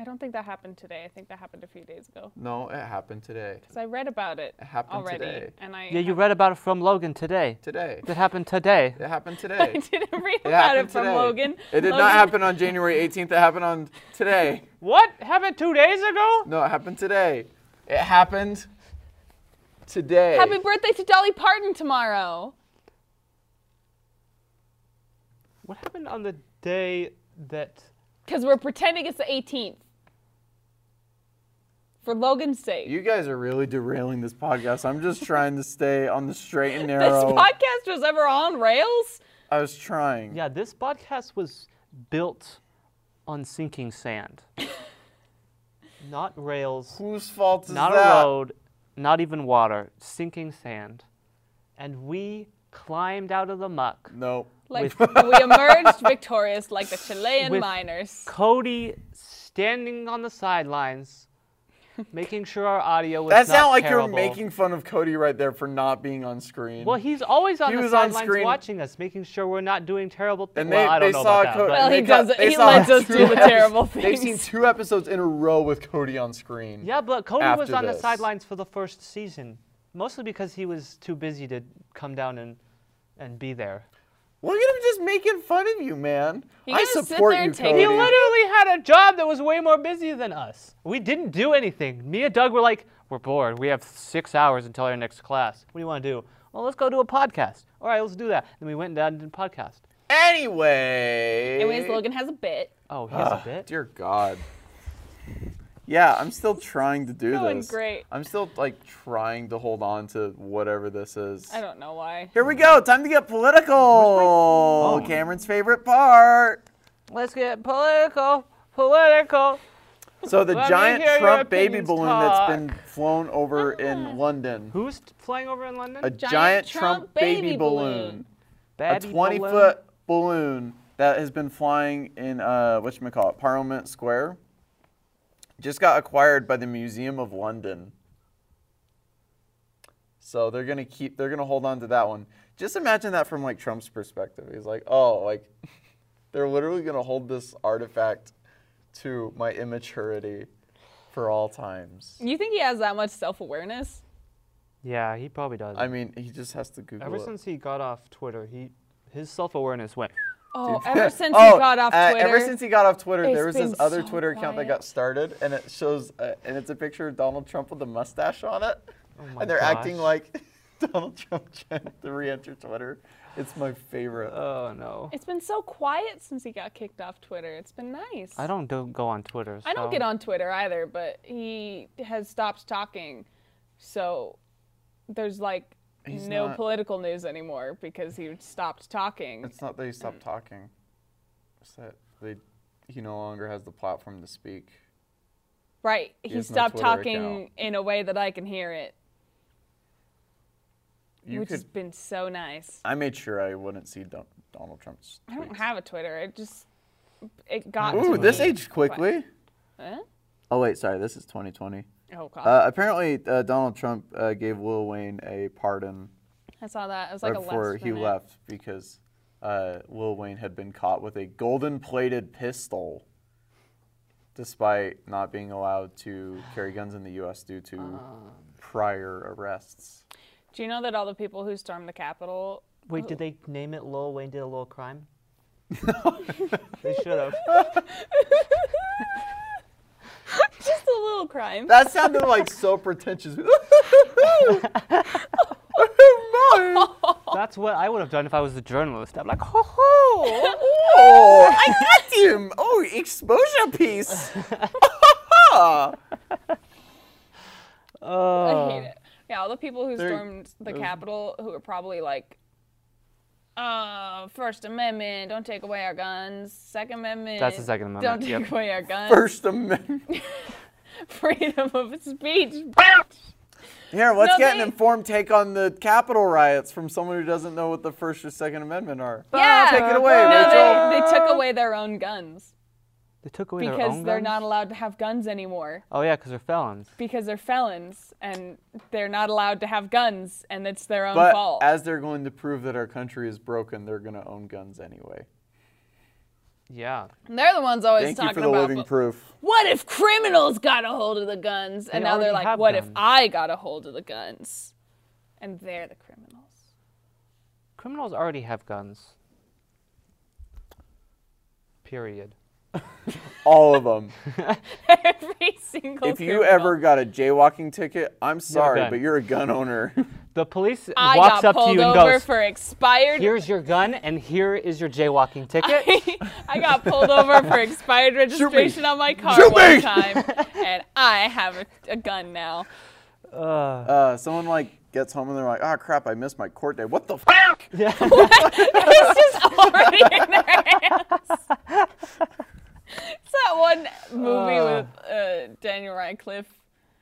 Speaker 4: I don't think that happened today. I think that happened a few days ago.
Speaker 1: No, it happened today.
Speaker 4: Because I read about it,
Speaker 1: happened
Speaker 4: already.
Speaker 1: today.
Speaker 4: And (laughs) I
Speaker 5: yeah, you
Speaker 4: have-
Speaker 5: read about it from Logan today.
Speaker 1: Today.
Speaker 5: That happened today.
Speaker 1: It
Speaker 5: (laughs)
Speaker 1: happened
Speaker 4: I
Speaker 1: today.
Speaker 4: didn't read
Speaker 1: It
Speaker 4: about
Speaker 1: happened
Speaker 4: it from
Speaker 1: today.
Speaker 4: Logan.
Speaker 1: It did
Speaker 4: Logan-
Speaker 1: not happen on January 18th. It happened on
Speaker 5: (laughs)
Speaker 1: today.
Speaker 5: What happened two days ago?
Speaker 1: No, it happened today. It happened today.
Speaker 4: Happy birthday to Dolly Parton tomorrow.
Speaker 5: What happened on the day that?
Speaker 4: Because we're pretending it's the 18th. For Logan's sake.
Speaker 1: you guys are really derailing this podcast. I'm
Speaker 4: (laughs)
Speaker 1: just trying to stay on the straight and
Speaker 4: this
Speaker 1: narrow.
Speaker 4: podcast was ever on rails?
Speaker 1: I was trying.
Speaker 5: Yeah, this podcast was built on sinking
Speaker 1: (laughs)
Speaker 5: sand, not rails,
Speaker 1: Whose fault is
Speaker 5: not
Speaker 1: that?
Speaker 5: a road, not even water. Sinking sand, and we climbed out of the muck.
Speaker 1: No.
Speaker 4: Like, we emerged victorious like the Chilean
Speaker 5: With-
Speaker 4: miners.
Speaker 5: Cody standing on the
Speaker 1: (laughs)
Speaker 5: sidelines, making sure our audio was.
Speaker 1: That
Speaker 5: not
Speaker 1: sounded like
Speaker 5: terrible.
Speaker 1: you're making fun of Cody right there for not being on screen.
Speaker 5: Well, he's always on
Speaker 1: He
Speaker 5: the
Speaker 1: was on
Speaker 5: sidelines
Speaker 1: screen.
Speaker 5: watching us, making sure we're not doing terrible things.
Speaker 1: And they,
Speaker 5: well, I don't
Speaker 1: they
Speaker 5: know
Speaker 1: saw
Speaker 5: about that.
Speaker 1: Cody.
Speaker 5: but-
Speaker 4: Well, he
Speaker 1: they got-
Speaker 4: does it.
Speaker 1: they
Speaker 4: He
Speaker 1: saw
Speaker 4: lets us
Speaker 1: two
Speaker 4: do the
Speaker 1: episodes-
Speaker 4: terrible
Speaker 1: They've seen
Speaker 4: things.
Speaker 1: two episodes in a row with Cody on screen.
Speaker 5: Yeah, but Cody was
Speaker 1: after
Speaker 5: on the
Speaker 1: this.
Speaker 5: sidelines for the first season, mostly because he was too busy to come down and and be there.
Speaker 1: Look at him just making fun of you, man.
Speaker 4: You
Speaker 1: I
Speaker 4: gotta sit
Speaker 1: support
Speaker 4: there
Speaker 1: you,
Speaker 4: and take
Speaker 1: Cody.
Speaker 5: He literally had a job that was way more busy than us. We didn't do anything. Me and Doug were like, we're bored. We have six hours until our next class. What do you want to do? Well, let's go do a podcast. All right, let's do that. Then we went down and did a podcast.
Speaker 1: Anyway.
Speaker 4: Anyways, Logan has a bit.
Speaker 5: Oh, here's a bit.
Speaker 1: Dear God. Yeah, I'm still trying to do
Speaker 4: Going
Speaker 1: this.
Speaker 4: great.
Speaker 1: I'm still like trying to hold on to whatever this is.
Speaker 4: I don't know why.
Speaker 1: Here we go. Time to get political. Cameron's favorite part.
Speaker 5: Let's get political, political.
Speaker 1: So the
Speaker 5: Let me
Speaker 1: giant
Speaker 5: hear your
Speaker 1: Trump baby
Speaker 5: opinions
Speaker 1: balloon
Speaker 5: talk.
Speaker 1: that's been flown over in London.
Speaker 5: Who's t- flying over in London?
Speaker 1: A giant, Trump, baby, balloon. a
Speaker 5: Baby
Speaker 1: 20
Speaker 5: balloon.
Speaker 1: foot balloon that has been flying in uh, what you call it, Parliament Square. Just got acquired by the Museum of London. So they're gonna keep. They're gonna hold on to that one. Just imagine that from like Trump's perspective. He's like, oh, like (laughs) they're literally gonna hold this artifact to my immaturity for all times.
Speaker 4: You think he has that much self awareness?
Speaker 5: Yeah, he probably does.
Speaker 1: I mean, he just has to Google
Speaker 5: Ever
Speaker 1: it.
Speaker 5: since he got off Twitter, he his self awareness went.
Speaker 4: Oh, ever since
Speaker 1: (laughs) Oh,
Speaker 4: he got off
Speaker 1: uh,
Speaker 4: Twitter.
Speaker 1: ever since he got off Twitter,
Speaker 4: it's
Speaker 1: there was this
Speaker 4: been
Speaker 1: other
Speaker 4: so
Speaker 1: Twitter account that
Speaker 4: quiet.
Speaker 1: got started, and it shows, uh, and it's a picture of Donald Trump with a mustache on it,
Speaker 5: oh my
Speaker 1: and they're acting
Speaker 5: gosh.
Speaker 1: like (laughs) Donald Trump trying to re-enter Twitter. It's my favorite.
Speaker 5: Oh no.
Speaker 4: It's been so quiet since he got kicked off Twitter. It's been nice.
Speaker 5: I don't do, go on Twitter.
Speaker 4: I don't
Speaker 5: so-
Speaker 4: get
Speaker 1: Um,
Speaker 4: on Twitter either, but he has stopped talking. So there's like
Speaker 1: He's
Speaker 4: no
Speaker 1: not-
Speaker 4: political news anymore because he stopped talking.
Speaker 1: it's not that he stopped talking; it's that they, he no longer has the platform to speak.
Speaker 4: Right. He,
Speaker 1: has no
Speaker 4: stopped
Speaker 1: Twitter
Speaker 4: talking
Speaker 1: account.
Speaker 4: in a way that I can hear it,
Speaker 1: You
Speaker 4: which
Speaker 1: could.
Speaker 4: has been so nice.
Speaker 1: I made sure I wouldn't see Don- Donald Trump's.
Speaker 4: I don't
Speaker 1: tweets.
Speaker 4: have a Twitter. It just it got
Speaker 1: Ooh,
Speaker 4: to
Speaker 1: this
Speaker 4: me.
Speaker 1: aged quickly.
Speaker 4: Huh?
Speaker 1: Oh wait, sorry. This is 2020.
Speaker 4: Oh god.
Speaker 1: Uh, apparently, uh, Donald Trump uh, gave Lil Wayne a pardon
Speaker 4: I saw that. It was like
Speaker 1: right
Speaker 4: a
Speaker 1: before
Speaker 4: last
Speaker 1: he
Speaker 4: minute.
Speaker 1: left because uh, Lil Wayne had been caught with a golden-plated pistol, despite not being allowed to carry guns in the U.S. due to prior arrests.
Speaker 4: Do you know that all the people who stormed
Speaker 1: (laughs)
Speaker 4: the Capitol
Speaker 5: Wait, did they name it Lil Wayne did a little crime? they
Speaker 1: (laughs)
Speaker 5: should have.
Speaker 4: just a little crime.
Speaker 1: (laughs) That sounded like so pretentious.
Speaker 4: (laughs)
Speaker 5: That's what I would have done if I was a journalist. I'm like, ho ho!
Speaker 1: Oh, I got him. Oh, exposure piece. (laughs)
Speaker 4: I
Speaker 5: Uh,
Speaker 1: Um,
Speaker 4: hate it. Yeah, all the people who
Speaker 1: They're-
Speaker 4: stormed the Capitol who are probably like, uh, First Amendment, don't take away our guns. Second Amendment,
Speaker 5: That's the Second
Speaker 4: don't
Speaker 5: Amendment.
Speaker 4: take
Speaker 5: Yep.
Speaker 4: away our guns.
Speaker 1: First Amendment.
Speaker 4: (laughs) Freedom of speech.
Speaker 1: Here, let's
Speaker 4: No,
Speaker 1: get
Speaker 4: they-
Speaker 1: an informed take on the Capitol riots from someone who doesn't know what the First or Second Amendment are.
Speaker 4: yeah,
Speaker 1: Take it away,
Speaker 4: no,
Speaker 1: Rachel.
Speaker 4: they, they took away their own guns
Speaker 5: They took away their
Speaker 4: because
Speaker 5: own
Speaker 4: they're
Speaker 5: guns?
Speaker 4: not allowed to have guns anymore
Speaker 5: Oh yeah, because they're felons.
Speaker 4: because they're felons and they're not allowed to have guns and it's their own
Speaker 1: But
Speaker 4: fault.
Speaker 1: as they're going to prove that our country is broken, they're going to own guns anyway.
Speaker 5: Yeah.
Speaker 4: And they're the ones always
Speaker 1: Thank you
Speaker 4: talking
Speaker 1: for the
Speaker 4: about.
Speaker 1: living proof.
Speaker 4: what if criminals got a hold of the guns? and now they're
Speaker 5: already
Speaker 4: like,
Speaker 5: have
Speaker 4: what if
Speaker 5: guns.
Speaker 4: I got a hold of the guns? And they're the criminals. (laughs)
Speaker 5: Criminals already have guns. Period.
Speaker 1: All of
Speaker 4: (laughs)
Speaker 1: them.
Speaker 4: Every single
Speaker 1: if you
Speaker 4: criminal.
Speaker 1: ever got a jaywalking ticket, I'm sorry,
Speaker 5: gun.
Speaker 1: but you're a gun
Speaker 5: (laughs)
Speaker 1: owner.
Speaker 5: The police
Speaker 4: I
Speaker 5: walks
Speaker 4: got
Speaker 5: up to
Speaker 4: pulled
Speaker 5: you and
Speaker 4: over
Speaker 5: goes,
Speaker 4: for expired.
Speaker 5: "Here's your gun, and here is your jaywalking ticket."
Speaker 4: (laughs) I got pulled over
Speaker 5: (laughs)
Speaker 4: for expired registration on my car
Speaker 1: Shoot
Speaker 4: one
Speaker 1: me.
Speaker 4: time, and I have a, a gun now. (laughs)
Speaker 1: uh, someone like gets home and they're like, "Oh crap, I missed my court day. What the f-?
Speaker 4: It's just already in their
Speaker 5: (laughs)
Speaker 4: hands. (laughs) It's that one movie with uh, Daniel Radcliffe.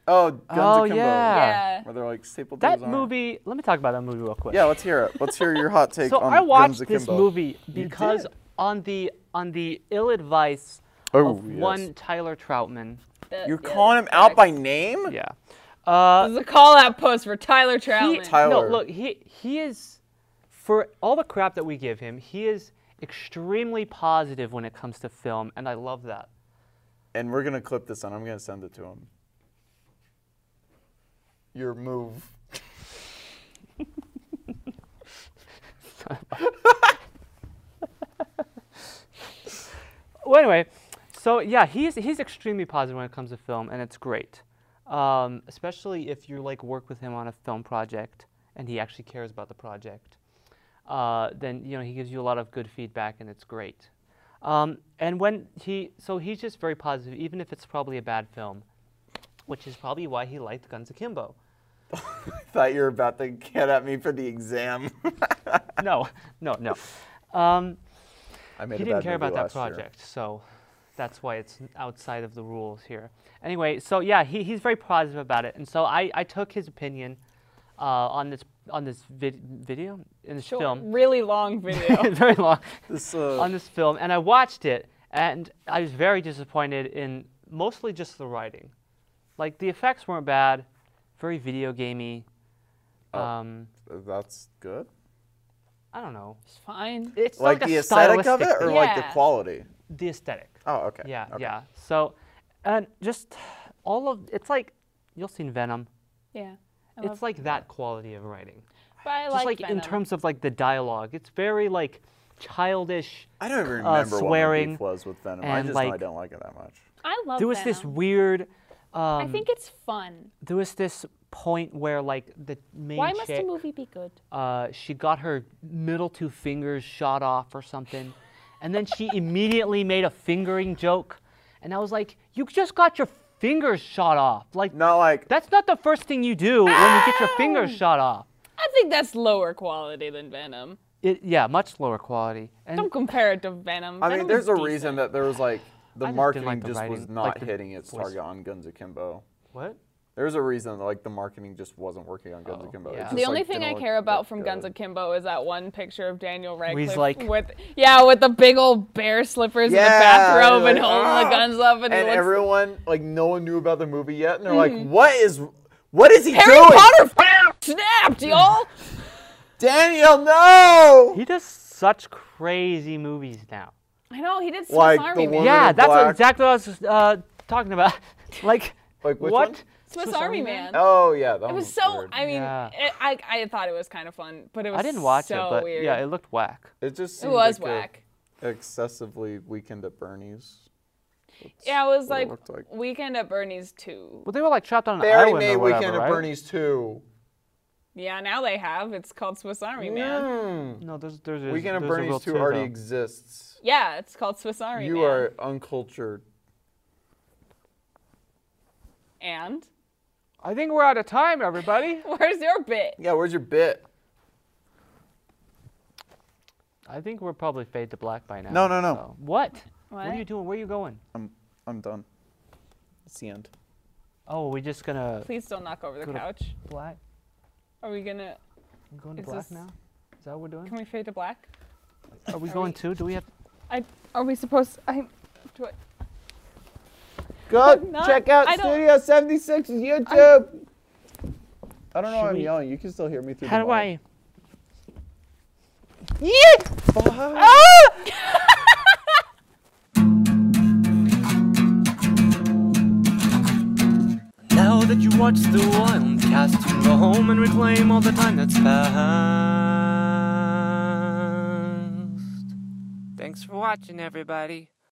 Speaker 1: Oh, guns
Speaker 5: Oh,
Speaker 1: akimbo.
Speaker 5: yeah.
Speaker 4: Yeah.
Speaker 1: Where they're like stapled to
Speaker 5: that
Speaker 1: his arm.
Speaker 5: movie. Let me talk about that movie real quick.
Speaker 1: Yeah, let's hear it. Let's hear your hot take
Speaker 5: (laughs) So
Speaker 1: on
Speaker 5: I watched
Speaker 1: guns akimbo.
Speaker 5: this movie because
Speaker 1: did.
Speaker 5: on the on the ill advice
Speaker 1: Oh,
Speaker 5: of
Speaker 1: yes.
Speaker 5: one Tyler
Speaker 1: (laughs)
Speaker 5: Troutman.
Speaker 4: The-
Speaker 1: You're
Speaker 4: the-
Speaker 1: calling him out by name?
Speaker 5: Yeah. Uh,
Speaker 4: This is a call out post for Tyler
Speaker 5: he,
Speaker 4: Troutman.
Speaker 1: Tyler.
Speaker 5: No, look, he he is for all the crap that we give him, he is extremely positive when it comes to film, and I love that.
Speaker 1: And we're gonna clip this and I'm gonna send it to him. Your move.
Speaker 5: Well, anyway, so yeah, he's he's extremely positive when it comes to film, and it's great, um, especially if you like work with him on a film project and he actually cares about the project. Uh, then you know he gives you a lot of good feedback, and it's great. Um, and when he so he's just very positive, even if it's probably a bad film, which is probably why he liked Guns Akimbo.
Speaker 1: Thought you were about to get at me for the exam.
Speaker 5: no, (laughs) no, no. Um,
Speaker 1: (laughs) I made
Speaker 5: he
Speaker 1: a
Speaker 5: didn't
Speaker 1: bad
Speaker 5: care
Speaker 1: movie
Speaker 5: about that
Speaker 1: last year.
Speaker 5: project, so that's why it's n- outside of the rules here. Anyway, so yeah, he, he's very positive about it, and so I, I took his opinion uh, on this on this vid- video in this
Speaker 4: Short-
Speaker 5: film.
Speaker 4: Really
Speaker 1: (laughs)
Speaker 4: long
Speaker 5: (laughs)
Speaker 4: video.
Speaker 5: very long
Speaker 1: This, uh,
Speaker 5: on this film, and I watched it, and I was very disappointed in mostly just the writing. Like the effects weren't bad, very video gamey.
Speaker 1: Oh.
Speaker 5: Um,
Speaker 1: That's good.
Speaker 5: I don't know.
Speaker 4: it's fine.
Speaker 5: It's
Speaker 1: like
Speaker 5: a
Speaker 1: the aesthetic of
Speaker 5: stylistic
Speaker 1: it or like the
Speaker 4: Yeah.
Speaker 1: quality?
Speaker 5: the aesthetic.
Speaker 1: Oh, okay.
Speaker 5: Yeah,
Speaker 1: okay.
Speaker 5: yeah. So, and just all of it's like you'll seen Venom.
Speaker 4: Yeah. I love-
Speaker 5: It's like that quality of writing.
Speaker 4: but I
Speaker 5: Just like,
Speaker 4: like
Speaker 5: in
Speaker 4: Venom.
Speaker 5: terms of like the dialogue, it's very like childish.
Speaker 1: I don't even remember
Speaker 5: uh,
Speaker 1: what my
Speaker 5: swearing
Speaker 1: beef was with Venom. I
Speaker 5: and,
Speaker 1: just know I
Speaker 5: like-
Speaker 1: don't like it that much.
Speaker 4: I love
Speaker 5: There was
Speaker 4: Venom.
Speaker 5: this weird.
Speaker 4: I
Speaker 5: Um,
Speaker 4: think it's fun.
Speaker 5: there was this point where like the main
Speaker 4: Why must
Speaker 5: chick,
Speaker 4: a movie be good?
Speaker 5: uh, she got her middle two fingers shot off or something, and then she immediately made a fingering joke, and I was like, "You just got your fingers shot off!" Like
Speaker 1: Not like
Speaker 5: That's not the first thing you do when you get your fingers shot off.
Speaker 4: I think that's lower quality than Venom.
Speaker 5: It, yeah, much lower quality. And
Speaker 4: Don't compare it to Venom.
Speaker 1: I
Speaker 4: Venom
Speaker 1: mean,
Speaker 4: is
Speaker 1: there's a
Speaker 4: decent.
Speaker 1: reason that there was
Speaker 5: (sighs)
Speaker 1: like the
Speaker 5: I just didn't like
Speaker 1: marketing
Speaker 5: the
Speaker 1: just was
Speaker 5: writing,
Speaker 1: not
Speaker 5: like the
Speaker 1: hitting its
Speaker 5: voice.
Speaker 1: target on Guns Akimbo.
Speaker 5: what?
Speaker 1: There's a reason that like the marketing just wasn't working on Guns
Speaker 5: Oh,
Speaker 1: Akimbo.
Speaker 5: yeah.
Speaker 1: It
Speaker 5: The
Speaker 1: just,
Speaker 4: The only
Speaker 1: like,
Speaker 4: thing I
Speaker 1: didn't
Speaker 4: care
Speaker 1: look
Speaker 4: about
Speaker 1: that
Speaker 4: from Guns
Speaker 1: good.
Speaker 4: Akimbo is that one picture of Daniel Radcliffe
Speaker 5: like-
Speaker 4: with yeah, with the big old bear slippers in the
Speaker 1: Yeah,
Speaker 4: bathrobe
Speaker 1: like,
Speaker 4: and holding
Speaker 1: "Ah!"
Speaker 4: the guns up, and, he
Speaker 1: And
Speaker 4: looks-
Speaker 1: everyone, like, no one knew about the movie yet, and they're like, "What is, what is he
Speaker 4: Mm-hmm. Harry
Speaker 1: doing?"
Speaker 4: Potter f-
Speaker 1: (laughs)
Speaker 4: snapped, y'all.
Speaker 1: Daniel, no!
Speaker 5: He does such crazy movies now.
Speaker 4: I know he did Swiss
Speaker 1: Like the
Speaker 4: Army Man.
Speaker 1: one- Woman
Speaker 5: yeah,
Speaker 1: in
Speaker 5: that's
Speaker 1: Black.
Speaker 5: exactly what I was uh, talking about. (laughs) like,
Speaker 1: Like, which
Speaker 5: what?
Speaker 1: one?
Speaker 4: Swiss, Army Man.
Speaker 1: Oh yeah, that
Speaker 4: It was
Speaker 1: one's
Speaker 4: so.
Speaker 1: weird.
Speaker 4: I mean,
Speaker 5: Yeah.
Speaker 4: it, I I thought it was kind of fun, but it was
Speaker 5: I didn't watch
Speaker 4: so
Speaker 5: it, but
Speaker 4: weird.
Speaker 5: yeah, it looked whack.
Speaker 1: It just
Speaker 4: it
Speaker 1: seemed
Speaker 4: was
Speaker 1: like a
Speaker 4: whack.
Speaker 1: excessively weekend at Bernie's.
Speaker 4: Yeah, it was
Speaker 1: what it
Speaker 4: like,
Speaker 1: looked like.
Speaker 4: Weekend at Bernie's too.
Speaker 5: Well, they were like trapped on an
Speaker 1: They already
Speaker 5: island
Speaker 1: made
Speaker 5: or whatever,
Speaker 1: Weekend
Speaker 5: right?
Speaker 1: at Bernie's too.
Speaker 4: Yeah, now they have. It's called Swiss Army Man.
Speaker 1: Mm.
Speaker 5: No, there's there's.
Speaker 1: Weekend at
Speaker 5: there's a real
Speaker 1: Bernie's 2
Speaker 5: two,
Speaker 1: already
Speaker 5: though.
Speaker 1: exists.
Speaker 4: Yeah, it's called Swiss Army
Speaker 1: You
Speaker 4: Man.
Speaker 1: are uncultured.
Speaker 4: And (laughs)
Speaker 5: I think we're out of time, everybody.
Speaker 4: where's your bit?
Speaker 1: Yeah, where's your bit?
Speaker 5: I think we're probably fade to black by now.
Speaker 1: No, no, no.
Speaker 5: so- What? What are
Speaker 4: What?
Speaker 5: you doing? Where are you going?
Speaker 1: I'm I'm done. It's the end.
Speaker 5: Oh, we're just gonna
Speaker 4: Please don't knock over the
Speaker 5: Go to-
Speaker 4: couch.
Speaker 5: black.
Speaker 4: Are we gonna?
Speaker 5: We're going to
Speaker 4: Is
Speaker 5: black
Speaker 4: this-
Speaker 5: now. Is that what we're doing?
Speaker 4: Can we fade to black?
Speaker 5: are we going
Speaker 4: we-
Speaker 5: to? Do we have?
Speaker 4: I. Are we supposed? I. Do I?
Speaker 1: Go
Speaker 4: I'm not-
Speaker 1: check out
Speaker 4: I don't-
Speaker 1: Studio 76's YouTube. I, don't know why
Speaker 5: Should
Speaker 1: I'm
Speaker 5: we-
Speaker 1: yelling. You can still hear me through
Speaker 5: How
Speaker 1: the
Speaker 5: do I?
Speaker 1: mic. Bye.
Speaker 4: Ah!
Speaker 3: Now that you watch the Wildcast, you can go home and reclaim all the time that's passed. Thanks for watching, everybody.